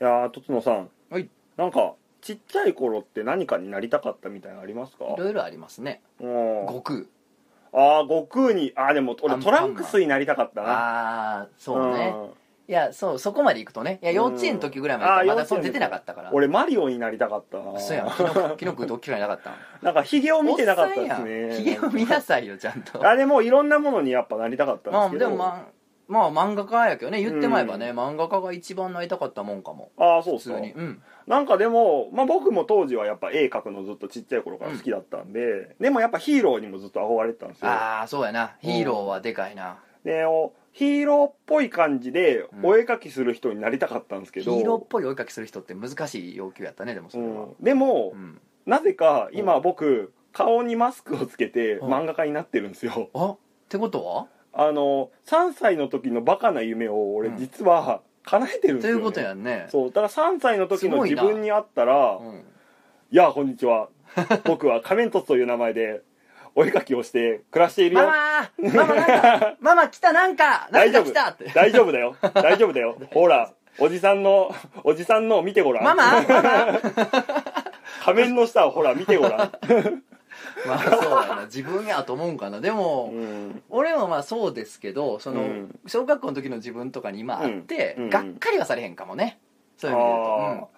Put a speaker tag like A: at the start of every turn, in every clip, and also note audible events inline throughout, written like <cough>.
A: いやーとつのさん
B: はい
A: なんかちっちゃい頃って何かになりたかったみたいなのありますか
B: いろいろありますね
A: うん
B: 悟空
A: ああ悟空にああでも
B: ア
A: 俺
B: ン
A: ト
B: パンマ
A: ラ
B: ン
A: ンクスになりたかったな
B: ああそうね
A: ん
B: いやそうそこまで行くとねいや
A: うん
B: 幼稚園の時ぐらいまで行っ
A: あー
B: たま
A: 幼
B: だ
A: 稚
B: そ
A: 園
B: う出てなかったから
A: 俺マリオになりたかったな
B: そうやんキノコキノコどっきらいなかった
A: なんかヒゲを
B: の
A: <laughs> 見てなかったで
B: おっ
A: す
B: さんやん
A: ね
B: ひげを見なさいよちゃんと
A: あれもいろんなものにやっぱなりたかったんで
B: ますあ
A: け
B: で
A: ど
B: もまあまあ漫画家やけどね言ってまえばね、
A: う
B: 漫画家が一番なりたかったもんかも
A: ああそう
B: 普
A: っす
B: 通
A: か
B: にうん
A: なんかでも、まあ、僕も当時はやっぱ絵描くのずっとちっちゃい頃から好きだったんで、でもやっぱヒーローにもずっと憧れてたんですよ
B: ああそうやなヒーローはでかいな、
A: でおヒーローっぽい感じで
B: うん
A: お絵描きする人になりたかったんですけ
B: ヒ
A: ど、
B: ーローっぽい追いかけする人って難しい要求やったねでもそれは、
A: うんでも、
B: うん
A: なぜか今僕顔にマスクをつけて
B: うん
A: 漫画家になってるんですよ、
B: あってことは
A: あの3歳の時のバカな夢を俺
B: うん
A: 実は叶えてるんで
B: と
A: す
B: い
A: よ、ね
B: うことやんね
A: そうだから3歳の時の自
B: すごいな
A: 分に会ったら「
B: うん
A: いやこんにちは僕は仮面凸という名前でお絵描きをして暮らしている
B: マ
A: よ
B: マーママなんかママ来たなんかなん
A: 大丈
B: か
A: 夫
B: 来た <laughs> って
A: 大丈夫だよ大丈夫
B: <laughs>
A: だよほらおじさんのおじさんのを見てごらん
B: ママママ
A: 仮面の下をほら見てごら
B: <laughs>
A: ん、
B: まあそうやな自分やと思うんかなでも、
A: うん
B: 俺もまあそうですけどその、
A: うん
B: 小学校の時の自分とかに今あって、
A: うんうん
B: がっかりはされへんかもねそういう意味で言う
A: あ
B: と、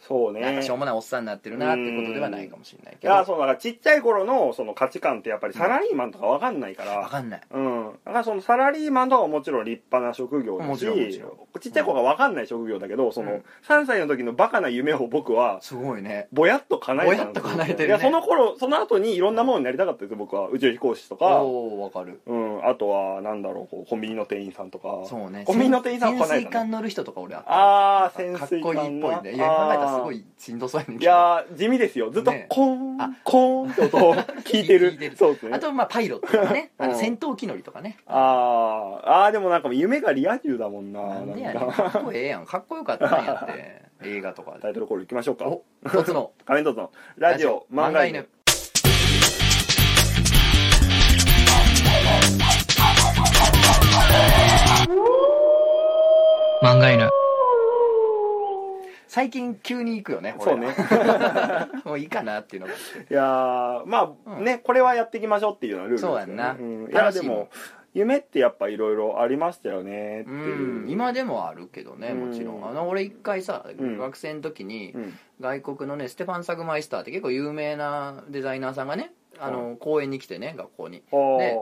A: そう
B: うん
A: ね
B: なんかしょうもないおっさんになってるなってことではないかもしれない
A: い
B: けど
A: や
B: わ
A: そうだからちっちゃい頃のその価値観ってやっぱりサラリーマンとかわかんないから、
B: かんない
A: うんだからそのサラリーマンとかはもちろん立派な職業だ
B: も
A: し
B: ちろんもちろ
A: ちっちゃい子がわかんない職業だけど、そうの
B: ん
A: 3歳の時のバカな夢を僕は
B: すごいね
A: ぼやっと叶えたんです
B: ぼやっと叶えてるね
A: いやその頃その後にいろんなものになりたかったですよ僕は宇宙飛行士とか、
B: おおわかる
A: うん、あとはなんだろうこうコンビニの店員さんとか
B: そうね
A: コンビニの店員さんは来ない
B: 潜水
A: かな
B: 艦乗る人とか俺あった
A: あー
B: なんか
A: 潜水艦
B: かっこいいっぽいねいや
A: な
B: 考えたらすごいしんどそうやねん
A: い
B: けど
A: やー地味ですよずっと
B: ね
A: コーン、
B: あ
A: コーンって音
B: <laughs>
A: を聞いてる
B: 聞いてる
A: そうですね
B: あとまあパイロットとかね
A: うん
B: あの戦闘機乗りとかね
A: あーあーでもなんか夢がリア充だもんな
B: なんでやね
A: なん
B: ん
A: か
B: かっこええやんかっこよかったんや
A: <laughs>
B: って映画とか
A: タイ
B: で
A: トルコールいきましょうか
B: お一つの
A: 仮面凸のラジオ漫画犬
B: 漫画犬最近急に行くよね
A: そうね
B: もういいかなっていうのが
A: いやーまあ、
B: うん
A: ねこれはやっていきましょうっていうのはルールですよね
B: そうやんなん
A: いや
B: 楽し
A: で
B: いもん
A: も夢ってやっぱいろいろありましたよねって
B: う
A: い
B: ん
A: う
B: 今でもあるけどねもちろ
A: うん
B: んあの俺一回さ
A: うん
B: 学生の時に
A: うん
B: 外国のねステファン・サグマイスターって結構有名なデザイナーさんがねあの公園に来てね学校に
A: あー
B: ね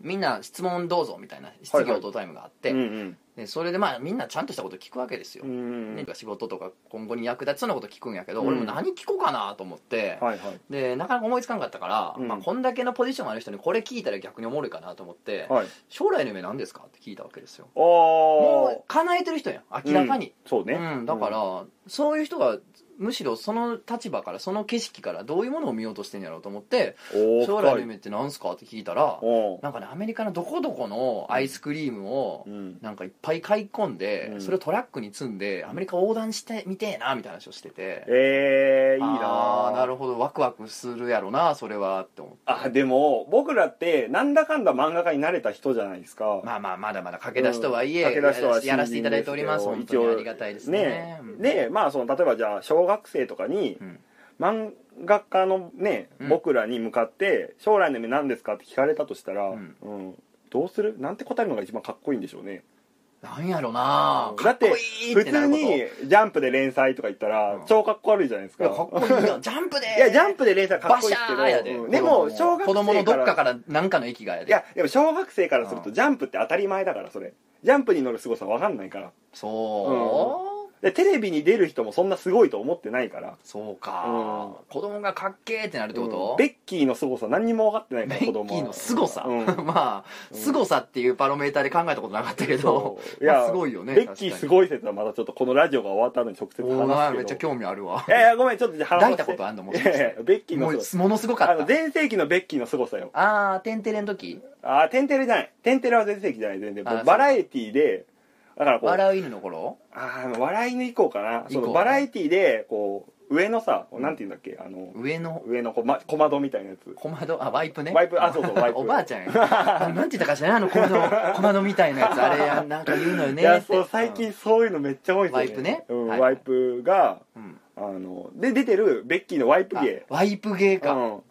B: みんな質問どうぞみたいな質疑応答タイムがあって、
A: うんうん
B: でそれでまあみんなちゃんとしたこと聞くわけですよ、
A: うんうん
B: ね仕事とか今後に役立ちそうなこと聞くんやけど、
A: うん
B: 俺も何聞こうかなと思って、
A: はいはい
B: でなかなか思いつかんかったから、
A: うん
B: まあ、こんだけのポジションある人にこれ聞いたら逆におもろいかなと思って、
A: はい
B: 将来の夢何ですかって聞いたわけですよ
A: あー
B: もう叶えてる人やん明らかに、
A: そうね、
B: うんだから、そういう人がむしろその立場からその景色からどういうものを見ようとしてんやろうと思って
A: おー
B: 将来の
A: 深い
B: 夢って何すかって聞いたら
A: おー
B: なんかねアメリカのどこどこのアイスクリームを
A: うん
B: なんかいっぱい買い込んで、
A: うん
B: それをトラックに積んでアメリカ横断してみてえなみたいな話をしてて、
A: えー、いい
B: あ
A: な
B: ーなるほどワクワクするやろなそれはって思って
A: あでも僕らってなんだかんだ漫画家になれた人じゃないですか、
B: まあまあまだまだ駆け出しとはいえ、
A: うん駆け出しとは
B: やらせていただいております
A: 新人
B: 本
A: ですけ
B: 当
A: ど
B: にありがたいですね
A: ね
B: うん
A: でまあその例えばじゃあ小学生とかに
B: うん
A: 漫画家のね、
B: うん
A: 僕らに向かって「将来の夢何ですか?」って聞かれたとしたら、う
B: うんん
A: どうするなんて答えるのが一番かっこいいんでしょうね
B: なんやろな
A: だって
B: かこいい
A: 普
B: ってな
A: 通
B: ること
A: に「ジャンプ」で連載とか言ったら、
B: うん
A: 超かっこ悪いじゃないです
B: い
A: か
B: やかっこいい
A: <laughs>
B: よジャンプで
A: いやジャンプで連載かっこいいですけど
B: バシャーやで、
A: うんでも小学生から
B: 子供のどっかから何かの息がや
A: い
B: で
A: やでも小学生からすると
B: うん
A: ジャンプって当たり前だからそれジャンプに乗る凄さ分かんないから
B: そう、
A: でテレビに出る人もそんなすごいと思ってないから
B: そうか、子供がかっけーってなるってこと、
A: うんベッキーの凄さ何にも分かってないから
B: ベッ
A: 子供
B: キーの凄さ、
A: うん
B: <laughs> まあ凄さっていうパロメーターで考えたことなかったけど
A: そ、う
B: まあすごいよね
A: ベッキーす
B: い
A: ごい説はまたちょっとこのラジオが終わった後に直接
B: お
A: 話す
B: 前
A: けど
B: めっちゃ興味あるわ
A: いやいやごめんちょっとじゃあ話
B: 抱い
A: して
B: たことあんのも
A: い
B: しか
A: やい
B: して
A: やベッキーの
B: も
A: 凄
B: う
A: さ
B: ものすご
A: あ
B: か
A: の
B: った
A: 全盛期のベッキーの凄さよ
B: ああーテンテレの時
A: ああテンテレじゃないテンテレは全盛期じゃない全然
B: あそう
A: バラエティーでだからこう
B: 笑う犬の頃
A: ああ笑いの以降かなそ
B: 以
A: の
B: 降
A: バラエティでこう上のさなんていうんだっけあの
B: 上の
A: 上の小,、ま、小窓みたいなやつ
B: 小窓あワイプね
A: ワイプあそうそうワイプ
B: おばあちゃんやあなんて言ったかしらあの小
A: <laughs>
B: 窓小窓みたいなやつあれやなんか言うのよ
A: い
B: ね
A: や
B: って
A: そう最近そういうのめっちゃ多いですよね
B: ワイプね
A: うん
B: はい
A: ワイプが
B: うん
A: あので出てるベッキーのワイプ
B: あ
A: 芸
B: ワイプ芸
A: う
B: か、
A: ん
B: お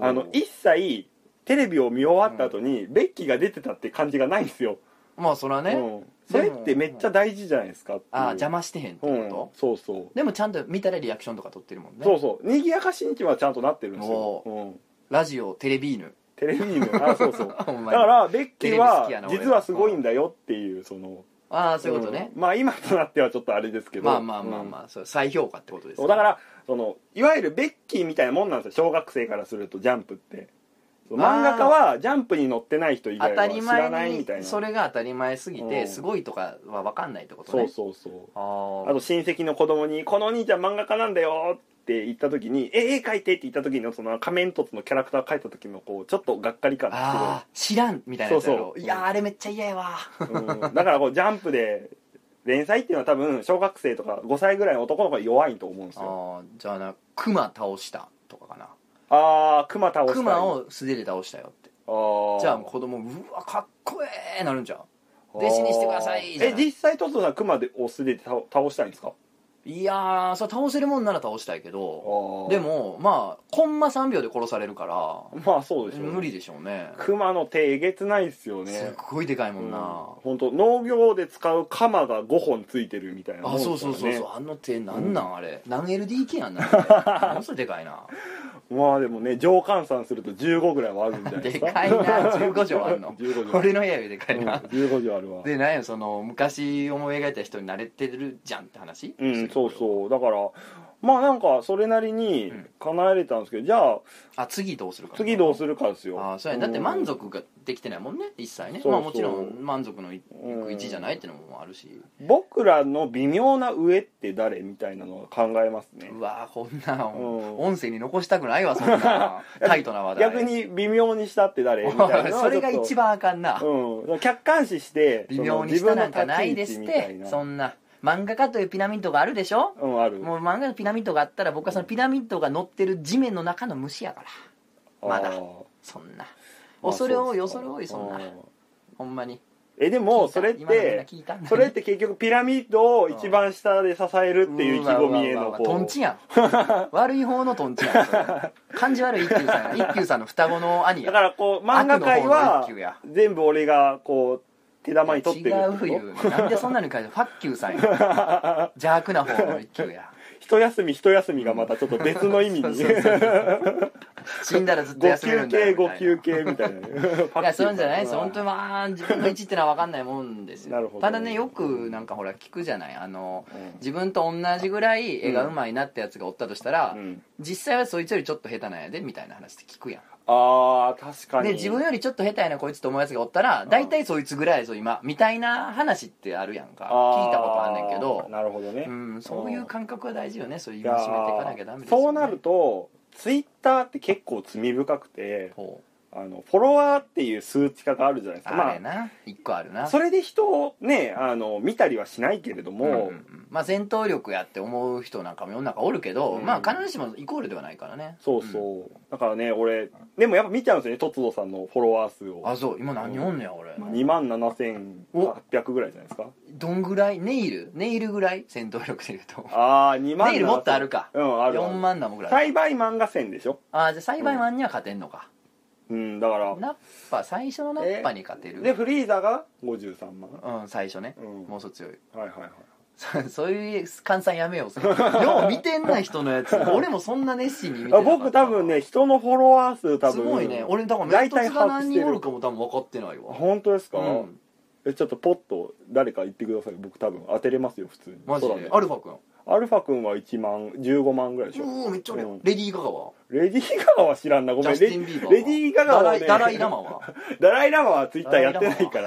B: ー
A: あの一切テレビを見終わった後に、ベッキーが出てたって感じがないんですよ、
B: まあそらね、
A: うん、それってめっちゃ大事じゃないですかっていう
B: あー邪魔してへんってこ
A: うん
B: と、
A: そうそう
B: でもちゃんと見たらリアクションとか撮ってるもんね
A: そうそうにぎやかしんちはちゃんとなってるんですよ
B: お、
A: うん、
B: ラジオテレビーヌ
A: テレビにもあそう <laughs> そうだ
B: ほんま
A: か
B: に
A: らベッキーは
B: テレビ好きやな俺
A: 実はすごいんだよっていうその
B: ああそういうことね、
A: んまあ今となってはちょっとあれですけど
B: まあまあまあ
A: あ、
B: まあ、そう再評価ってことです
A: そ
B: ね
A: うだからそのいわゆるベッキーみたいなもんなんですよ小学生からするとジャンプってそう
B: あー
A: 漫画家はジャンプに載ってない人以
B: 当
A: 外
B: た
A: は
B: り
A: 知らな
B: 前
A: いみ
B: に
A: たいな
B: それが当たり前すぎ
A: う
B: て
A: ん
B: すごいとかは分かんないってこと
A: そ
B: ね
A: うそうそう
B: あ
A: あと親戚の子供に「このお兄ちゃん漫画家なんだよ」って言った時に「え絵描いて」って言った時のその仮面凸のキャラクター描いた時のこうちょっとがっかり感が
B: あー知らんみたいなやつやろ
A: そうそう
B: いやーあれめっちゃ嫌やわ
A: すごい、うん、だからこうジャンプで連載っていうのは多分小学生とか5歳ぐらいの男の子が弱いと思うんですよ
B: あーじゃあなクマ倒したとかかな
A: ああー熊倒したり
B: クマを素手で倒したよって
A: あー
B: じゃあ子供うわかっこええなるんじゃん弟子にしてください
A: あー
B: じゃ
A: え
B: ない
A: 実際トツさん熊でお素手で倒倒したいんですか
B: いやーそれ倒せるもんなら倒したいけ
A: あ
B: ど
A: ー
B: でもまあコンマ3秒で殺されるから
A: まあそうでしょうね
B: 無理でしょうね
A: 熊の手えげつないっすよね
B: すっごいでかいもんな、
A: 本当農業で使う鎌が5本ついてるみたいなもん
B: あ
A: ですか
B: そ
A: ら
B: うそうそうそう
A: ね
B: あの手なんなんあれ何 LDK や
A: <laughs>
B: んなんあれものすごいでかいな
A: まあでもね上換算すると15ぐらいはあるんじゃないで
B: <laughs> です
A: か
B: かいな15畳あんの
A: 15畳
B: 俺の部屋よりでかいな、
A: うん15畳あるわ
B: でなんやその昔思い描いた人に慣れてるじゃんって話
A: うんそう
B: う
A: そうだからまあなんかそれなりに
B: うん
A: 叶えれたんですけど、じゃあ
B: あ次どうするか
A: 次どう
B: る
A: するかですよ
B: あそうやだって満
A: う
B: 足ができてないもんね一切
A: そ
B: ね
A: うそう
B: まあもちろん満足のい
A: うん
B: く一じゃないってのもあるし、
A: ん僕らの微妙な上って誰みたいなのは考えますね
B: うわーこんなん
A: うん
B: 音声に残したくないわそ
A: <laughs>
B: んなタイトな話題
A: 逆に微妙にしたって誰みたいなのはちょっと
B: <laughs> それが一番あかんな、
A: うん、客観視して
B: 微妙にしたなんかないです
A: そ
B: っ
A: の自分の立ち位置みたいな
B: てそんな漫画家というピラミッドがあるでしょ
A: うんある
B: もう漫画のピラミッドがあったら僕はそのピラミッドが乗ってる地面の中の虫やからまだ
A: あー
B: そんな
A: まあ
B: 恐れ多い
A: そうっすか
B: 恐れ多いそんな
A: うん
B: ほんまに
A: えでもそれっ
B: 聞いた今のみんな
A: て
B: 聞いた
A: それって結局ピラミッドを一番下で支えるっていう意気込みへのこう
B: とんちやん
A: <laughs>
B: 悪い方のとんちやんそれ感じ悪い一休さんや一休さんの双子の兄
A: だ
B: や
A: からこう漫画界
B: 悪の方の
A: は
B: 一級や
A: 全部俺がこう手玉に取ってるってこと
B: 違うよなんでそんなのに書いてファッキューさんや
A: <laughs>
B: 邪悪な方の一級や
A: 一休み一休みがまたちょっと別の意味に
B: そう
A: ご
B: そうそ
A: <laughs>
B: うそう死んだらずっと休める
A: 休
B: んだよ
A: 憩
B: みたい
A: ご
B: な
A: 休憩みたいなね
B: いやそういうんじゃないです本当
A: に
B: にまあ自分の位置ってのは分かんないもんですよ
A: なるほど
B: ただねよくなんかほら聞くじゃないあの自分と同じぐらい絵がうまいなってやつがおったとしたら、
A: うん
B: 実際はそいつよりちょっと下手なんやでみたいな話って聞くやん
A: あー確かに
B: で自分よりちょっと下手やなこいつと思うやつがおったら大体そいつぐらいやぞ今みたいな話ってあるやんか聞いたことあんねんけ
A: あー
B: ど、
A: なるほどね、
B: うん、そういう感覚は大事よねそういう
A: い
B: 戒
A: や
B: め
A: ー
B: ていかなきゃダメですよ、ね、
A: そうなるとツイッターって結構罪深くて
B: ほ
A: あのフォロワーっていう数値化があるじゃないです
B: う
A: か
B: あれな一個ある
A: まあ、
B: な
A: それで人をねあの見たりはしないけれど
B: うん
A: も、
B: うんうんまあ戦闘力やって思う人なんかも世の中おるけど、
A: うん
B: まあ必ずしもイコールではないからね
A: そうそう、だからね俺でもやっぱ見ちゃうんですよねとつどさんのフォロワー数を
B: あそう今何おんねや俺
A: 2万7800ぐらいじゃないですか
B: どんぐらいネイルネイルぐらい戦闘力でいうと
A: ああ2万
B: ネイルもっとあるか
A: うんあるあ
B: 4
A: る
B: 万なもんぐらい
A: 栽培漫画線でしょ
B: ああじゃあ栽培マンには勝てんのか、
A: うんだから
B: ナッパ最初のナッパに勝てる、
A: でフリーザが53万
B: うん最初ね、
A: うん
B: もうそ強い
A: はいはいはい
B: そ <laughs> そういう換算やめようそれよう見てんな人の
A: <laughs>
B: やつ俺もそんな熱心に見てな
A: あ
B: かった
A: 僕多分ね人のフォロワー数多分
B: すごいね俺だからメ
A: 大
B: ント
A: 体
B: ツが
A: 把握
B: 何
A: して
B: 人お
A: る
B: るかも多分分かってないわ
A: 本当ですか、
B: うん
A: えちょっとポッと誰か言ってください僕多分当てれますよ普通に
B: マジ
A: 空
B: でアルファ君
A: アルファ君は1万15万ぐらいでしょ
B: うおめっちゃおるやん
A: うん
B: レディー・ガガは
A: レディー・ガガは知らんなご
B: ジ
A: めん
B: ャ
A: レ
B: ステ
A: デ
B: ィン・ビー
A: ィ
B: バーは
A: レディー・ガガはね
B: ダライ・ダライラマは
A: ダライラマはツイッターやってないか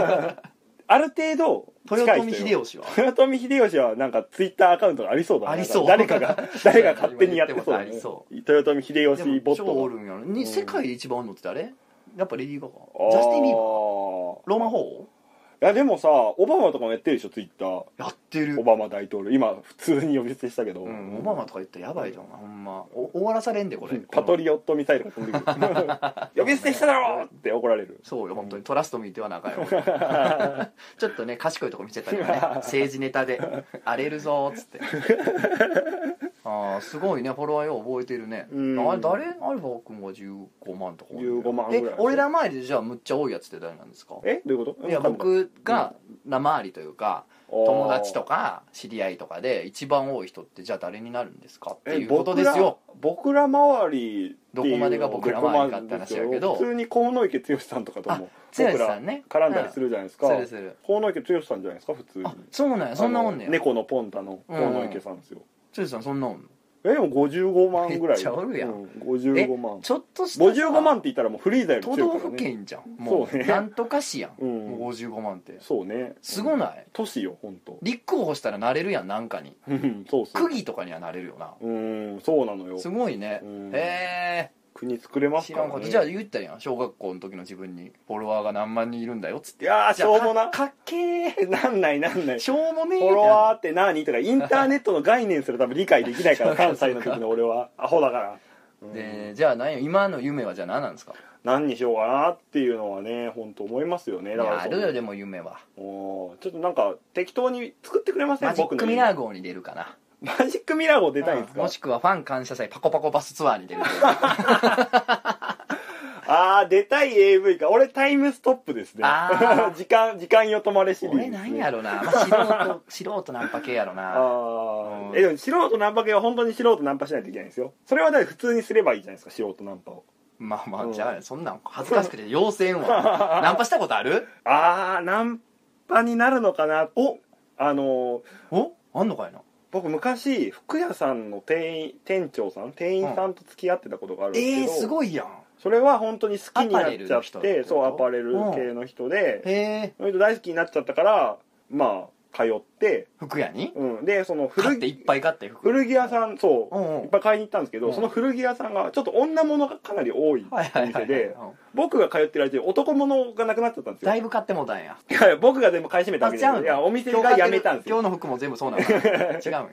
A: ら <laughs> ある程度
B: 豊臣
A: 近い人
B: 秀
A: よ
B: 吉は
A: 豊臣秀吉はなんかツイッターアカウントがありそうだな
B: ありそう
A: なんか誰か
B: <laughs>
A: が誰が勝手にやってそうだね
B: 今言ってもあ
A: 豊臣秀
B: で
A: 吉
B: も
A: ボッ
B: 超お
A: ト
B: るんやろに
A: うん
B: 世界で一番おんのって誰やっぱレディー・ガ
A: あー
B: ガジャスティン・ビーバーローマ法王
A: やでもさオバマとかもやってるでしょツイッター
B: やってる
A: オバマ大統領今普通に呼び捨てしたけど、
B: うん、オバマとか言ったらやばいじゃんほんまお終わらされんでこれ
A: パトリオットミサイルが飛んでく
B: <laughs>
A: る呼び捨てしただろって怒られる
B: そうよ本当にトラストミーっては
A: <laughs>
B: 仲よちょっとね賢いとこ見せたりね政治ネタで「荒れるぞ」っつってああすごいねフォロワーよう覚えてるね
A: うん
B: あれ誰アルファ君は15万とか
A: 15万ぐらい
B: え俺ら周りでじゃあむっちゃ多いやつって誰なんですか
A: えどういうこと
B: いや僕がら周りというか友達と
A: か
B: か知り合いとかで一番多い人ってじゃあ誰になるんですかっていうことですよ
A: 僕ら周りっていうの
B: どこまでが僕ら周りかって話やけど
A: 普通に鴻池剛さんとかとも
B: あ剛さんね
A: 僕ら絡んだりするじゃないですか
B: するする
A: 鴻池剛さんじゃないですか普通に
B: あそうなんやそんなもんね
A: あの猫のポンタの鴻池さんですよ
B: 剛さんそんなもん
A: えでも55万ぐらい
B: めっちゃおるやん
A: うん、55万
B: ちょっとしたさ
A: 55万って言ったらもうフリーザより
B: 都
A: 強い
B: 道
A: から
B: 府
A: ね
B: 県じゃん
A: <laughs>
B: も
A: そう
B: う
A: ね
B: なんとか市やん、
A: うん
B: もう55万って
A: そうね
B: すご
A: い
B: ない
A: 都市よ本当。
B: 立候補したらなれるやんなんかに
A: うん <laughs> そうそう
B: 区議とかにはなれるよな
A: うんそうなのよ
B: すごいね
A: うん
B: へ
A: 国作れ
B: え
A: ます
B: 知
A: からら、
B: ん
A: ね、
B: ことじゃあ言ったらやん小学校の時の自分にフォロワーが何万人いるんだよっつって
A: いやーしょうも
B: じゃあ
A: な
B: かかっけえ
A: <laughs> なんないなんない
B: しょうもねえ
A: フォロワー
B: ー
A: って何とかインターネットの概念すら多分理解できないから関西の時の俺
B: <laughs>
A: はアホだから、うん
B: でじゃあ何よ今の夢はじゃあ何なんですか
A: 何にしようかなっていうのはね本当思いますよねだから
B: あ
A: そ
B: る
A: の
B: よでも夢は
A: もうちょっとなんか適当に作ってくれません
B: マジッ
A: 僕
B: ク
A: の
B: ミラー号に出るかな
A: マジックミラー号出たいんです
B: うん
A: か
B: もしくはファン感謝祭パコパコバスツアーに出
A: <laughs>
B: る
A: ああ出たい AV か俺タイムストップですね
B: あ
A: <laughs> 時間時間よ止まれシリーズ、
B: 俺なんやろな、まあ、素人素人ナンパ系やろな
A: ああ、
B: うん
A: えでも素人ナンパ系は本当に素人ナンパしないといけないんですよそれはだって普通にすればいいじゃないですか素人ナンパを
B: まあま
A: う
B: あ
A: ん
B: じゃあそんなん恥ずかしくて要請はナンパしたことある
A: ああナンパになるのかなおあのー
B: おあんのかいな
A: 僕昔服屋さんの店員店長さん店員さんと付き合ってたことがあるんです
B: え
A: け
B: え
A: ど、
B: すごいやん
A: それは本当に好きになっちゃ
B: アパレルの
A: っ
B: 人っててこと
A: そうアパレル系の人で、
B: へえ
A: その人大好きになっちゃったからまあ通って、
B: 服屋に
A: うん、でその
B: 買
A: 古
B: っていっ
A: 着
B: ぱい買って服
A: 古着屋さんそう
B: う、んう
A: いっ
B: ん
A: ぱい買いに行ったんですけど、
B: うん
A: その古着屋さんがちょっと女物がかなり多いお
B: はいはいは
A: 店
B: いはい
A: で
B: うん
A: 僕が通ってる間に男物がなくなっちゃったんですよ
B: だいぶ買ってもうたんや
A: いやいや僕が全部買い占めたわけじゃない
B: あ
A: い
B: 違うの
A: やお店がやめたんです
B: 今
A: よ
B: 日の服も全部そうなのかな違うんや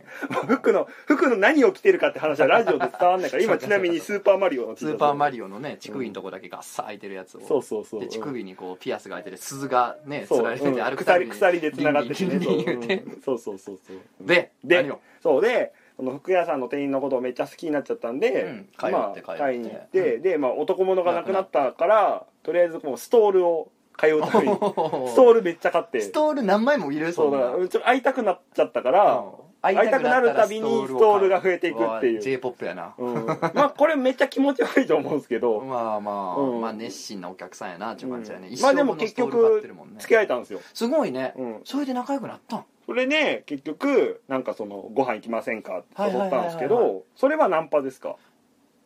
A: 服の服の何を着てるかって話はラジオで伝わんないから
B: <laughs> そ
A: 今
B: うか
A: ちなみにスーパーマリオの T
B: ス
A: シャツ
B: ーパーマリオのね乳首のとこだけガッサ開いてるやつを
A: そうそうそう
B: で乳首にこうピアスが開いてて鈴がね
A: そう
B: つられてて
A: うん
B: 歩くたび
A: 鎖鎖
B: に
A: でつながっててね
B: リンリンリンリン言うて
A: そううんそうそうそうそう
B: で
A: で
B: 何を
A: そうでその服屋さんの店員のことをめっちゃ好きになっちゃったんで、
B: うん買いに行って
A: まあ、
B: 買
A: 買
B: い
A: い
B: に
A: に
B: 行
A: 行
B: っ
A: ってて、で、まあ、男物がなくなったからとりあえずもうストールを買いうためにストールめっちゃ買って
B: ストール何枚もいる
A: そう
B: そ
A: んだ
B: な
A: からちょっと会いたくなっちゃったから、
B: 会
A: 会いたくなるたびにストールが増えていくっていう
B: j p o p やな、
A: うん、まあこれめっちゃ気持ち悪いと思うんですけど、
B: まあまあ、
A: うん
B: まあ熱心なお客さんやなっていう感じやね、
A: うん
B: 一
A: まあ
B: 生
A: で
B: 分
A: も
B: の
A: 結
B: ストール買っ
A: 局
B: てるもんね
A: 付き合えたんですよ、
B: すごいね、
A: うん、
B: それで仲良くなったん
A: それね結局なんかそのご飯行きませんかって誘ったんですけ
B: はいはいはいは
A: どそれはナンパですか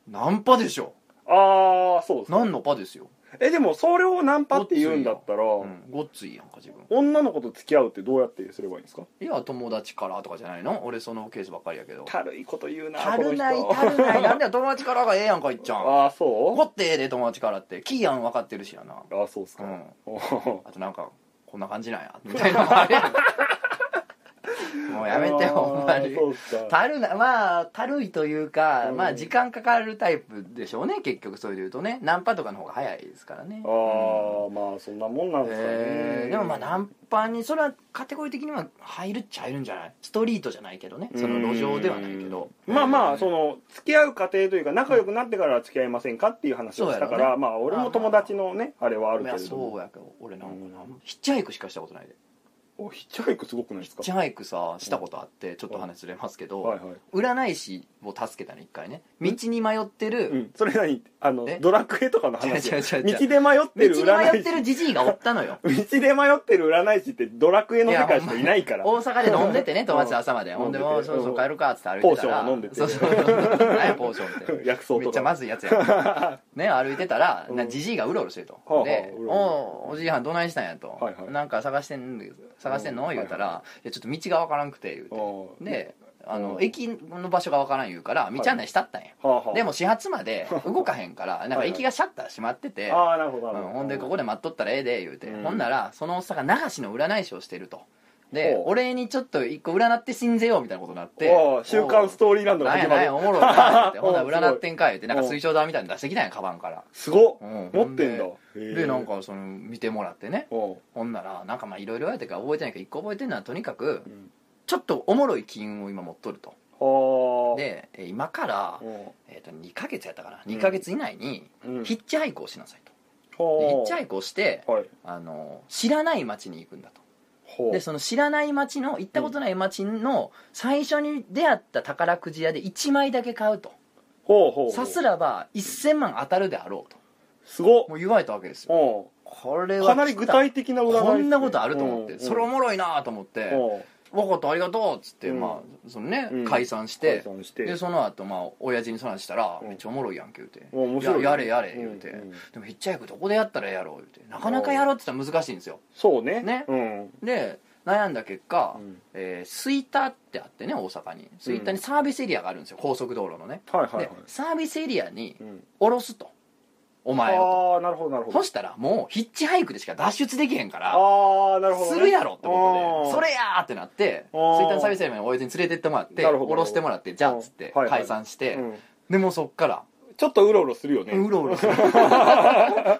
B: ナンパでしょ
A: ああそうです
B: 何のパですよ、
A: えでもそれをナンパって言うんだったら、
B: うん、ごっついやんか自分
A: 女の子と付き合うってどうやってすればいいんですか
B: いや友達からとかじゃないの俺そのケースばっかりやけど
A: たるいこと言うな
B: 足るない
A: この人
B: 足るないなんでよ友達からがええやんかいっちゃん
A: <laughs> ああそ
B: 怒ってええで友達からってキーやん分かってるしやな
A: うああそうです
B: う
A: か、
B: ん
A: も
B: あとなんかこんな感じなん
A: <laughs>
B: やみたいな <laughs> のもあるやんもうやめてよほんまに
A: そうっすか
B: たるなまあたるいというか、
A: うん
B: まあ時間かかるタイプでしょうね結局それで言うとねナンパとかの方が早いですからね
A: あ
B: うん
A: あまあそんなもんなんですかね、
B: えーでもまあナンパにそれはカテゴリー的には入るっちゃ入るんじゃないストリートじゃないけどねその路上ではないけど
A: うんまあまあそ
B: の
A: の付き合う過程というか仲良くなってから付き合いませんかっていう話をしたか
B: そうやろ
A: ら、まあ俺も友達のねあれはある
B: い
A: けれ
B: や
A: ど
B: そ
A: も
B: うやけど俺なんかな
A: うん
B: ヒッチハイクしかしたことないで
A: おヒッチハイクすごくないです
B: ヒ
A: か
B: ッチハイクさしたことあってちょっと話ずれますけど、
A: はいはい、
B: 占い師を助けたの一回ね道に迷ってる、
A: うん、それ何あの
B: え
A: ドラクエとかの話
B: 違う
A: 道
B: 違う違
A: で
B: う
A: 迷ってる
B: 道に迷
A: 占
B: っ
A: い
B: て
A: 師
B: るじじいがおった
A: <laughs>
B: のよ
A: 道で迷ってる占い師ってドラクエの世界しかいないから
B: 大阪で飲んでてね友達と朝まで、
A: うん
B: ほんで
A: 飲んでて
B: もうそろそろ帰るかっつって歩いてた
A: ポーショ
B: ら
A: ンを飲んでて
B: そうそう <laughs> 何やポーションって
A: <laughs> 薬草とか
B: めっちゃまずいやつや
A: <laughs>
B: ね歩いてたら
A: うん
B: なじじいがうろうろしてると、
A: あはあ
B: で
A: うろうろ
B: 「おうおじいはんどないしたんや」と
A: はいはい
B: なんか探してん探してんの?」
A: うん
B: 言うたら「いやちょっと道がわからんくて」言うて
A: うん
B: であの、
A: うん
B: 駅の場所がわからん言うから道案内したったんや、
A: はあはあ
B: でも始発
A: <laughs>
B: まで動かへんからなんか駅がシャッター閉まってて、
A: ああなるほどなる
B: うん
A: ほど、
B: ほんでここで待っとったらええで言うて、
A: うん
B: ほんならそのおっさんが流しの占い師をしてるとで
A: ほう
B: 俺にちょっと一個占って信ぜようみたいなことになって
A: おう週刊ストーリーランドが
B: なん
A: 始
B: や
A: ま
B: なん
A: る
B: やおもろい
A: <laughs>
B: なってほんな
A: おうす
B: ら
A: ごい
B: 占ってんかいってなんか水晶玉みたいに出してきたんやカバンから、
A: すごっ
B: うん
A: 持ってんだ
B: ほ
A: へ
B: で
A: え
B: でなんかその見てもらってね
A: おう
B: ほんならなんかまあいろいろ言われてから覚えてないけど一個覚えてるのはとにかく
A: うん
B: ちょっとおもろい金運を今持っとると
A: はあ
B: でえー今から、
A: お
B: えー、と2ヶ月やったかな2ヶ月以内に
A: ううん
B: ヒッチハイクをしなさいと、でヒ
A: は
B: ッチハイクをして
A: あはい
B: あの知らない町に行くんだと
A: ほう
B: でその知らない町の行ったことない町の最初に出会った宝くじ屋で1枚だけ買うと
A: ほうほう
B: さすらば1000万当たるであろうと
A: すごっ
B: もう言われたわけですよ
A: お
B: これ
A: う
B: は
A: かなり具体的な占いですね
B: こんなことあると思っ
A: うん
B: てそれおもろいなと思って
A: おう
B: 「わかったありがとう」っつって、
A: うん
B: まあそのね、
A: うん
B: 解散し
A: 解
B: て
A: 散して
B: でその後まあ親父にそ話したら、
A: うん
B: めっちゃおもろいやんけ言うて、
A: お面白いね
B: ややれやれ言うて、
A: うんうん
B: でもヒッチハイクどこでやったらええやろう言うてなかなかやろうって言ったら難しいんですよ
A: そうね
B: ね
A: うん
B: で悩んだ結果、
A: うん
B: えースイターってあってね大阪にスイターにサービスエリアがあるんですよ高速道路のね、
A: はいはいはい
B: でサービスエリアに
A: うん
B: 降ろすとお前を
A: ああなるほどなる
B: と
A: ほど
B: そしたらもうヒッチハイクでしか脱出できへんから
A: ああなるほどね
B: するやろってこと
A: あ
B: で
A: ー
B: それやーってなってツイ
A: あー
B: ッターのサービスエリアに親父に連れてってもらって
A: なるほど
B: 降ろしてもらってじゃあっつって
A: はいはい
B: 解散して、
A: うん
B: でもうそっから
A: ちょっとうろうろするよね
B: うろうろ
A: <laughs>
B: する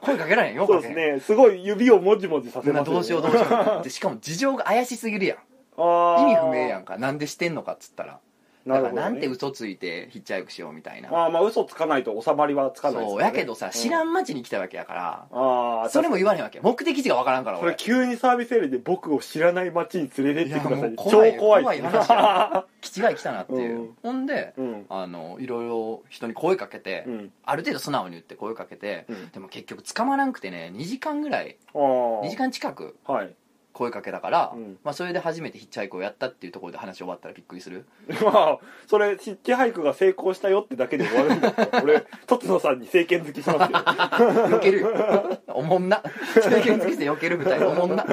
B: 声かけられへんよ
A: そう
B: か
A: で
B: け
A: す
B: へん
A: ねすごい指をもじもじさせ
B: な
A: ます
B: どうしようどうしようでしかも事情が怪しすぎるやん
A: あ
B: 意
A: ー
B: 味不明やんかなんでしてんのかっつったら
A: なる
B: だか
A: ほ
B: ら
A: どね
B: なんて嘘ついてヒッチハイクしようみたいな
A: ああまあ嘘つかないと収まりはつかないです
B: そ
A: よ
B: う
A: ね
B: やけどさ知ら
A: うん
B: 町に来たわけやから
A: ああ
B: それも言われへんわけ目的地がわからんから
A: それ
B: 俺
A: 急にサービスエリアで僕を知らない街に連れてってください
B: いやもう
A: 超
B: 怖い
A: 怖い
B: 怖い話や気違い来たなっていう、
A: うん
B: ほんで
A: うん
B: あのいろいろ人に声かけて、
A: うん
B: ある程度素直に言って声かけて、
A: うん
B: でも結局捕まらんくてね2時間ぐらい
A: ああ
B: 2時間近く
A: はい
B: 声かけたから、
A: うん
B: まあ、それで初めてヒッチハイクをやったっていうところで話終わったらびっくりする
A: まあそれヒッチハイクが成功したよってだけで終わるんだったら俺とつのさんに政権好きします
B: <laughs>
A: よ
B: 避けるよおもんな経験尽きて避けるみたいなおもんな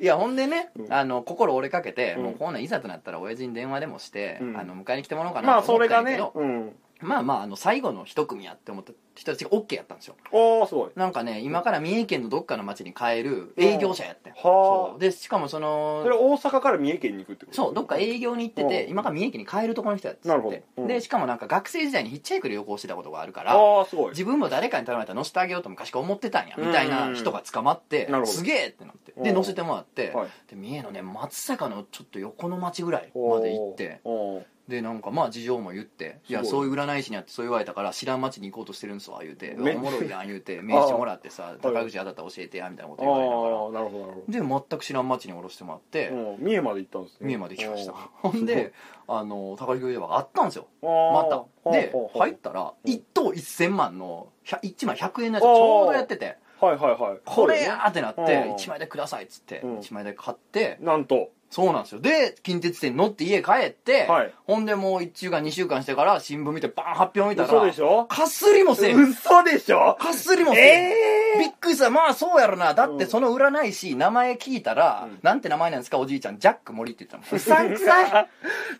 B: いやほんでね、
A: うん
B: あの心折れかけて、
A: うん
B: もうこんなんいざとなったら親父に電話でもして、
A: うん
B: あの迎えに来てもらおうか
A: ま
B: な
A: あ
B: と
A: そ
B: 思
A: れ
B: った
A: が
B: んやけ
A: ね
B: ど、
A: うん
B: まあまああの最後の一組やって思った人たちが OK やったんですよ
A: おおすごい
B: なんかね今から三重県のどっかの町に帰る営業者やってん、
A: は
B: そう
A: あ
B: でしかもその
A: それ大阪から三重県に行くってこと
B: そうどっか営業に行ってて
A: うん
B: 今から三重県に帰るとこの人やっつって
A: なるほどうん
B: でしかもなんか学生時代にヒッチハイクで旅行してたことがあるから
A: ああすごい
B: 自分も誰かに頼まれたら乗せてあげようと昔から思ってたんやみたいな人が捕まって
A: うんなるほど
B: すげえってなって
A: う
B: で
A: ん
B: 乗せてもらって
A: はい
B: で三重のね松阪のちょっと横の町ぐらいまで行って
A: おー
B: でなんかまあ事情も言って「いや
A: すご
B: そう
A: い
B: いう占い師にあってそう言われたから知らん町に行こうとしてるんすわ」言うて「
A: め
B: おもろいやん」言うて名刺もらってさ「宝くじ当たったら教えてや」みたいなこと言われながら
A: ああなるほどなるほど
B: で全く知らん町に降ろしてもらって
A: うん三重まで行ったんですね
B: 三重まで行きました
A: おー
B: ほんであの宝くじ売り場があったんですよま
A: あー
B: たで
A: ほうほうほう
B: 入ったら
A: うん
B: 1等1000万の1枚100円のやつ
A: あ
B: ち
A: ー
B: ょうどやってて
A: はいはいはい
B: これやーってなって
A: そうだよねうん
B: 1枚でくださいっつって
A: うん
B: 1枚で買って
A: なんと
B: そうなんですよで近鉄線乗って家帰って
A: はい
B: ほんでもう1週間2週間してから新聞見てバーン発表見た
A: 嘘で
B: ら
A: しょ
B: かすりもせん
A: 嘘でしょ
B: かすりもせん
A: え
B: びっくりしたまあそうやろなだって
A: うん
B: その占い師名前聞いたら、
A: うん
B: なんて名前なんですかおじいちゃんジャック森って言ったもんうさんくさ <laughs> い
A: ー、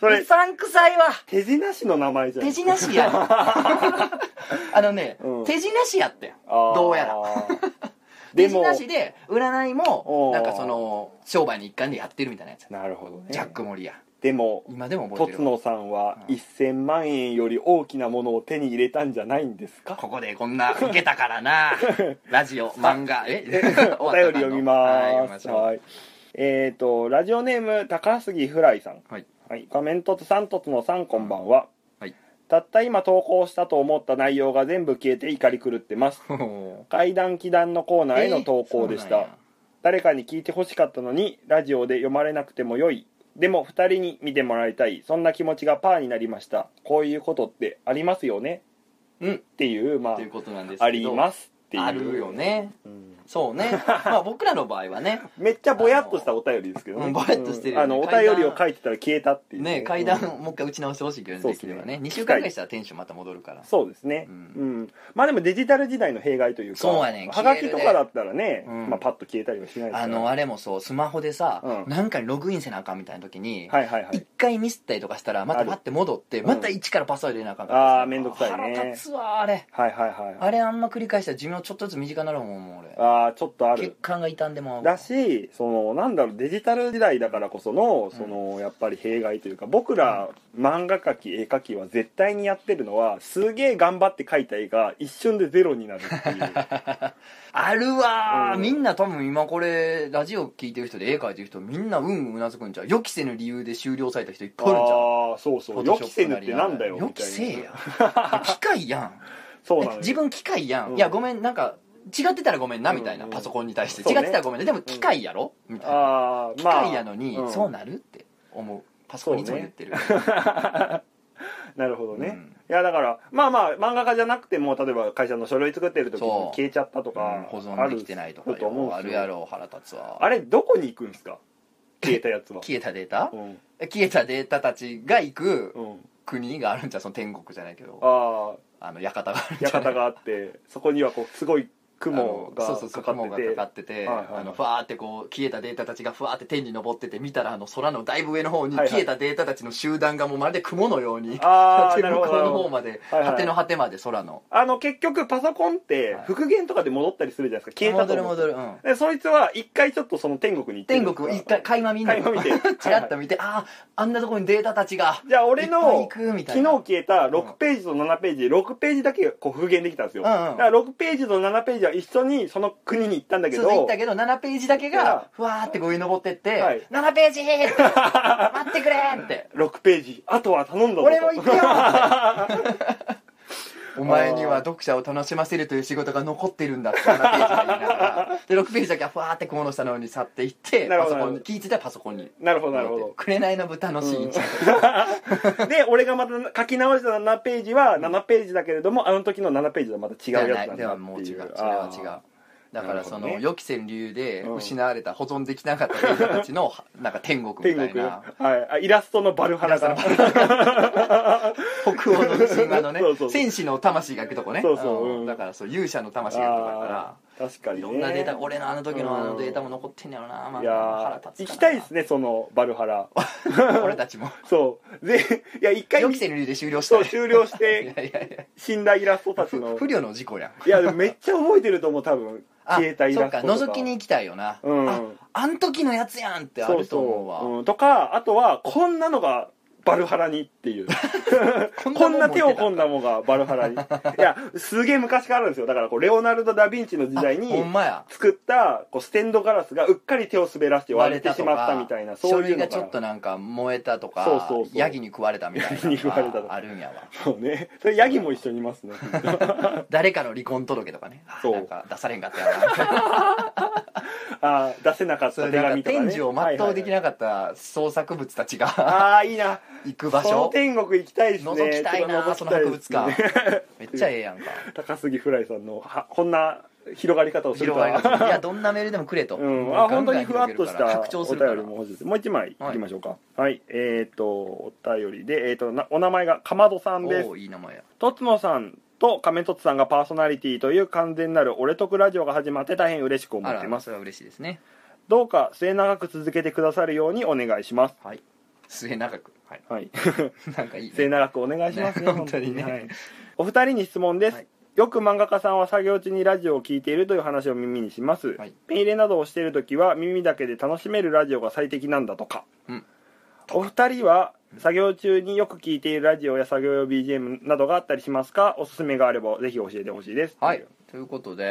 A: そうれ
B: さんくさいわ
A: 手品師の名前じゃん
B: 手品師
A: <laughs>
B: やあのね、
A: うん
B: 手品師やってん
A: あー
B: どうやら
A: <laughs>
B: 手
A: でも
B: 品師で占いも
A: おー
B: なんかその商売の一環でやってるみたいなやつや
A: なるほどね
B: ジャック森や
A: でも
B: 今でも覚えて
A: とつ
B: るわ
A: のさんは
B: うん
A: 1000万円より大きなものを手に入れたんじゃないんですか
B: ここでこんな受けたか
A: <laughs>
B: らなラジオ漫画え
A: お便り読みます
B: 終わったかのはい読みましょう
A: はいえっ、とラジオネーム高杉フライさん
B: はい、
A: はい、仮面とつさんとつのさんこんばんは、
B: はい
A: たった今投稿したと思った内容が全部消えて怒り狂ってます怪談祈談のコーナーへの投稿でし
B: えーそうなん
A: た
B: や、
A: 誰かに聞いてほしかったのにラジオで読まれなくてもよいでも2人に見てもらいたいそんな気持ちがパーになりましたこういうことってありますよね
B: うん
A: っていうま
B: ということなんですけ
A: あ
B: ど
A: ありますっていう
B: あるよ、ね
A: うん
B: そうね
A: <laughs>
B: まあ僕らの場合はね
A: めっちゃぼやっとしたお便りですけど
B: あのうんぼやっとしてるよね
A: あのお便
B: 階段
A: りを書いてたら消えたっていう
B: ね
A: う
B: 階
A: ん
B: 段もう一回打ち直してほしいけど
A: そうっ
B: ねですき
A: ね
B: ればね2週間ぐらいしたらテンションまた戻るから
A: そうですね、う
B: うんん
A: まあでもデジタル時代の弊害というか
B: そうやねん
A: はがき
B: 消え
A: と
B: るね
A: かだったらね、
B: うん
A: まあ、パッと消えたりはしないです
B: あの
A: は
B: あれもそうスマホでさ
A: うん
B: なんかにログインせなあかんみたいな時に
A: いはいは
B: 一
A: い
B: 回ミスったりとかしたらま
A: あ
B: た
A: る
B: パッて戻って
A: うん
B: また一からパスワード入れなあかん
A: あーめんどくさいね
B: 腹立つわあれ
A: はいはいはい
B: あれあんま繰り返したら寿命ちょっとずつ短くなるもんもう俺
A: ああちょっとある
B: 血管が傷んでも
A: だしそのなんだろうデジタル時代だからこそのそのやっぱり弊害というか僕ら漫画描き絵描きは絶対にやってるのはすげえ頑張って描いた絵が一瞬でゼロになる
B: <laughs>
A: っていう
B: あるわー、
A: うん
B: みんな多分今これラジオ聞いてる人で絵描いてる人みんなうんうんうなずくんじゃう予期せぬ理由で終了された人いっぱいいるんじゃん
A: ああそうそう予期せぬってなんだよ
B: 予
A: み
B: 期
A: たいな
B: せえや機械やん
A: <laughs> そうなの
B: え
A: よ
B: 自分機械やん、
A: うん
B: いやごめんなんか違ってたらごめんな
A: うん
B: みたいな、
A: うん
B: パソコンに対して、
A: そう
B: 違
A: ね
B: ってたらごめんねでも機械やろ、みたいな
A: ああ
B: 機
A: まあ
B: 械やのに、
A: うん
B: そうなるって思うパソコンにいつも言ってる、
A: なるほどね、
B: うん
A: いやだからまあまあ漫画家じゃなくても例えば会社の書類作ってる時に
B: そう
A: 消えちゃったと
B: うん
A: か
B: 保存できてないとか
A: あると思うんで
B: よ
A: す
B: あるやろ腹立つわ
A: あれどこに行くんですか消えたやつは
B: 消えたデータ
A: うん
B: 消えたデータたちが行く
A: うん
B: 国があるんじゃんその天国じゃないけど
A: ああ
B: あの館があるんじゃない
A: 館があってそこにはこうすごい雲
B: あの
A: が
B: そうそ
A: か
B: う
A: か
B: そう
A: っ
B: 雲が
A: て
B: か
A: て
B: かってて、
A: はいはいはい
B: あのふわーってこう消えたデータたちがふわーって天に昇ってて見たらあの空のだいぶ上の方に
A: はいはい
B: 消えたデータたちの集団がもうまるで雲のように、
A: ああ
B: で
A: な
B: 向
A: るほ
B: こ
A: ど
B: う
A: なる
B: の
A: ほ
B: 方
A: ど
B: まで、
A: はいはい
B: 果ての果てまで空の
A: あの結局パソコンって
B: はい
A: 復元とかで戻ったりするじゃないですか消えたと
B: 戻る
A: 思う
B: 戻る、うん、
A: でそいつは一回ちょっとその天国に行ってるんで
B: 天
A: すか
B: 国を一回垣間見んの
A: 垣間見て
B: <laughs> チラッと見て、あああんなところにデータたちが
A: じゃあ俺
B: い
A: の
B: っぱい行くみた
A: 昨
B: い
A: 日
B: な
A: 消えた6ページと7ページ6ページだけこう復元できたんですよ、
B: うんうん
A: だから6ページと7ページは一緒にその国に行ったんだけど
B: 続いたけど7ページだけ
A: が
B: がふわーってこう上に登ってって「
A: はい
B: 7ページ!」 <laughs> って待ってくれ!」って
A: 6ページあとは頼んだぞと
B: 俺も行く
A: <laughs>
B: よお前には読者を楽しませるという仕事が残ってるんだって7ページが言いなが
A: <laughs>
B: らで6ページだけはふわーって雲の下のように去っていって
A: なる
B: パ
A: ほど
B: ソコンに聞いてたらパソコンに
A: なるほどなるほど
B: 紅の豚のシーン」
A: で俺がまた書き直した7ページは7ページだけれどもあの時の7ページとはまた違
B: で
A: うやつ
B: はな
A: ないん
B: で
A: だ
B: は
A: っていう
B: もう違うそれは違う
A: あ
B: だからそ
A: なるほどね
B: の予期せぬ理由で
A: うん
B: 失われた保存できなかった人たちのなんか天
A: ー
B: 国みた
A: 天
B: い
A: 国
B: な
A: はいあイラストのバルハラが
B: 北欧の神話の
A: <laughs>
B: ね
A: そうそう
B: 戦士の魂が行くとこね
A: そうそう
B: うん
A: うん
B: だからそう勇者の魂が行くとこだから
A: あー確かに
B: い
A: ね
B: ろんなデータ俺のあの時のあ
A: うん
B: のデータも残ってんねやろな、まあ、
A: いや
B: 腹
A: ー
B: 立
A: 行
B: つ
A: きたいです
B: ね
A: ねそのバルハ
B: <laughs>
A: ラ
B: 俺たちも
A: そうでいや一回
B: 予期せぬ理由で終了した
A: そう
B: ね
A: 終了し
B: い
A: て
B: やいやいや
A: 死んだイラストたち
B: <laughs>
A: の
B: 不慮の事故やん
A: いやでもめっちゃ覚えてると思う多分
B: あ
A: 消えたイ
B: そ
A: ラ
B: っ
A: スト
B: か
A: とか
B: 覗きに行きたいよな、
A: うん
B: ああん時のやつやんってあ
A: そう
B: ると
A: そう
B: 思うわ
A: うんとかあとはこんなのがバルハラにっていう
B: こ
A: こんな手を込
B: ん
A: んだもんがバル
B: <laughs>
A: ハラにいやすげえ昔からあるんですよだからこうレオナルド・ダ・ヴィンチの時代
B: にほ
A: に
B: んまや
A: 作ったこうステンドガラスがうっかり手を滑らせて割れてしまったみたいな
B: 書
A: そうい
B: 類
A: うの
B: がちょっと
A: が
B: なんか燃えたとか
A: そうそうそう
B: ヤギに食われたみたいな
A: ヤギに食われたと
B: の
A: か
B: があるんやわ
A: そうねそれヤギも一緒にいますね
B: 誰かの離婚届とかねあ
A: そう
B: なんか出されんかったやな
A: あー出せなかっ
B: そ
A: た
B: れ
A: 手
B: な
A: 紙
B: んか
A: とかね
B: 天寿を全うでき
A: い
B: なかった創作物たちが
A: ああーいいな
B: 行く場
A: その
B: 所
A: 天国行きたいですね
B: 覗きたいな
A: ち
B: そ
A: ょっ
B: の
A: と覗
B: 博
A: き
B: 物
A: たいですね
B: 館めっちゃええやんか
A: 高杉フライさんのはこんな広がり方をする
B: 広
A: と
B: がり
A: は
B: がいやどんなメールでもくれと、
A: うん、あ
B: ガン
A: 本当
B: ガ
A: に
B: ン
A: ふわっ
B: 広げ
A: と
B: る
A: し
B: か
A: た
B: ら
A: お
B: 拡張するから
A: 便りも欲しいですもう一枚い
B: はい
A: きましょうかはい、えっ、とお便りで、えー、となお名前がかまどさんです
B: おおいい名前や
A: とつのさんと仮面とつさんがパーソナリティという完全なる俺とくラジオが始まって大変嬉しく思
B: あ
A: っていま
B: ら
A: す
B: それは嬉しいですね
A: どうか末永く続けてくださるようにお願いします
B: はい末永くはい <laughs>
A: はい <laughs>
B: なんかいいね
A: 末永くお願いしますね
B: ね本当にね
A: はいお二人に質問です、
B: はい
A: よく漫画家さんは作業中にラジオを聞いているという話を耳にします、
B: はい
A: ペン入れなどをしている時は耳だけで楽しめるラジオが最適なんだとか、
B: うん
A: お二人は作業中によく聞いているラジオや作業用 BGM などがあったりしますかおすすめがあればぜひ教えてほしいです
B: はいということで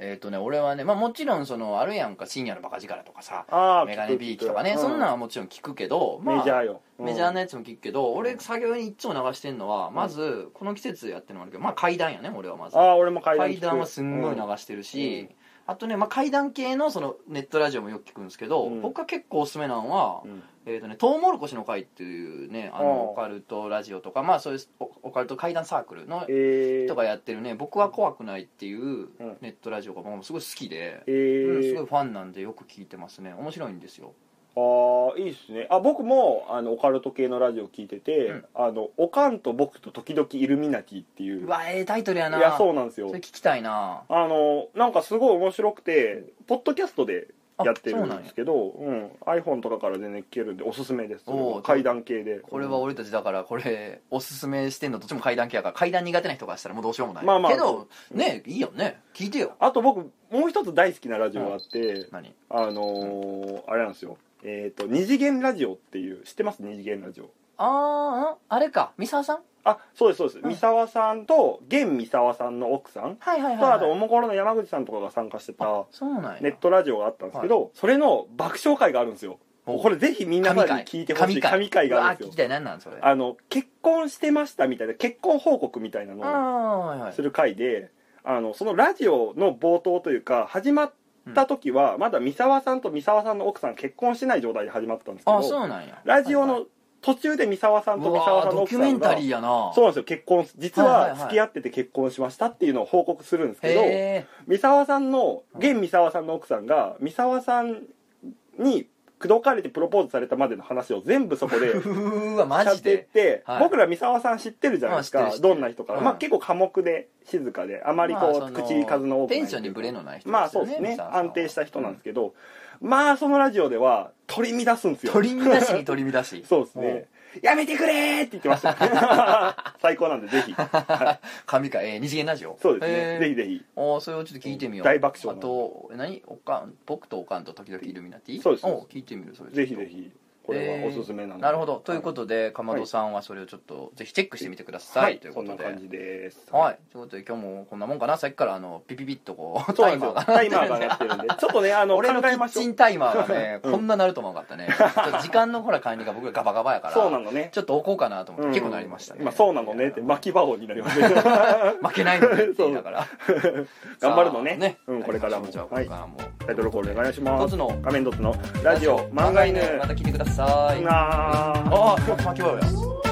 B: えっ、とね俺はねまあもちろんそのあるやんか深夜のバカ力とかさ
A: ああ
B: メガネビーキとかね、そんなんはもちろん聞くけど、まあ、
A: メジャーよ、うん
B: メジャーなやつも聞くけど、俺作業にいつも流してんのはまずこの季節やってるのもあるけどまあ階段やね俺はまず
A: ああ俺も階段聞
B: 階
A: く
B: 段はすんごい流してるし、
A: うん
B: ああとね、まあ、怪談系のそのネットラジオもよく聞くんですけど、
A: うん
B: 僕が結構おすすめなのは、
A: うん
B: えーとね「トウモロコシの会」っていうねあ
A: ああ
B: のオカルトラジオとか、まあ、そういうオオカルト怪談サークルの
A: えー、
B: 人がやってるね「僕は怖くない」っていうんネットラジオが僕もすごい好きで、
A: え
B: うんす
A: ー
B: ごいファンなんでよく聞いてますね面白いんですよ
A: ああいいっすねあ僕もあのオカルト系のラジオ聞いてて、
B: うん
A: あのおかんと僕と時々イルミナティっていう
B: うわええタイトルやない
A: やそうなんです
B: そ
A: よ
B: れ聞きたいな
A: あのなんかすごい面白くてポッドキャストで
B: あ
A: やってる
B: そうなんん
A: で
B: や
A: すけどうん、iPhone とかから全然聞けるんでおすすめです
B: おー
A: 階段系で
B: これは俺たちだからこれおすすめしてんのどっちも階段系やから階段苦手な人からしたらもうどうしようもない、
A: まあまあ
B: けどねいいよね聞いてよ
A: あと僕もう一つ大好きなラジオがあって、
B: 何
A: あのーあれなんですよえっ、と二次元ラジオっていう知ってます二次元ラジオ
B: あああれか三沢さん
A: あそうですそうです、
B: うん
A: 三沢さんと現三沢さんの奥さん
B: はいはいはい、
A: と
B: はい、
A: あとおもころの山口さんとかが参加してた
B: そうなんや
A: ネットラジオがあったんですけど、それの爆笑会があるんですよ
B: お
A: これぜひみんなに聞いてほしい
B: 神回
A: 神回があるん
B: うわー聞
A: で
B: き
A: すよ
B: たい何なんそれあ
A: あの結婚してましたみたいな結婚報告みたいな
B: あ
A: の
B: ーはいは
A: を
B: い
A: する回であのそのラジオの冒頭というか始まった時はまだ三沢さんと三沢さんの奥さん結婚してない状態で始まってたんですけ
B: あー
A: ど
B: そうなんや
A: ラジオ
B: はい
A: の途中で三沢さ
B: はい
A: ん
B: う
A: と三沢
B: わ
A: さ
B: ー
A: んの
B: ド
A: 奥
B: キ
A: さ
B: ュメ
A: ん
B: ンタ
A: が
B: リーやな
A: そうなんですよ結婚実
B: はいはい
A: は
B: はい
A: 付き合ってて結婚しましたっていうのを報告するんですけど、
B: へ
A: 三沢さんの現三沢さんの奥さんが三沢さんに口説かれてプロポーズされたまでの話を全部そこで
B: えうーわ <laughs> マ
A: しゃ
B: ジ
A: ってっ
B: で
A: て、
B: はい
A: 僕ら三沢さん知ってるじゃないですか、
B: まあ知ってる知って
A: ど
B: る
A: んな人から、
B: うん
A: まあ、結構寡黙で静かであまりこう、
B: まあその
A: 口数の多くない
B: テンションにブレのない人
A: まあそうです
B: 三
A: ね
B: 沢さんは
A: 安定した人なんですけど、まあそのラジオでは取り乱すんですよ
B: 取り乱しに取り乱し
A: そうですねやめてくれーって言ってましたね
B: <laughs>
A: 最高なんでぜひ
B: 神かえー、二次元ラジオ
A: そうですね
B: へー
A: ぜひぜひ
B: おーそれをちょっと聞いてみよう
A: 大爆笑
B: あと何おかん僕とおかんと時々イルミナティ
A: そうです
B: お聞いてみるそれちょ
A: ぜ
B: っと
A: ひぜひこれはおすすめなので、
B: なるほどということでかまどさんはそれをちょっとぜひチェックしてみてください、というこ
A: そ
B: と
A: んな感
B: で
A: じです
B: はいということで今日もこんなもんかなさっきからあのピピピッとこ
A: そ
B: う
A: う
B: タ
A: な
B: イ
A: んです
B: マー
A: よ
B: が
A: タイマーが鳴って
B: <laughs>
A: るんでちょっとねあの考
B: 俺のキ
A: えま
B: ッ
A: しょ
B: チ
A: う
B: ンタイマーがね
A: <laughs> うん
B: こんななると思わなかったねちょっと時間のほら管理が僕がガバガバやから
A: <laughs> そうなのね
B: ちょっと置こうかなと思って、結構なりましたね
A: まあそうなのねって巻き場王になりましたけど
B: <laughs> 負けないのねって言いながら
A: 頑張るのね
B: さあ
A: うんこれからも
B: じゃあこれからも、
A: タイトルコールお願いし
B: 一
A: ま
B: つ
A: す
B: の
A: 仮面ドッツのラジオ漫画犬
B: また聞いてください
A: なあ
B: ああ巻き終わるや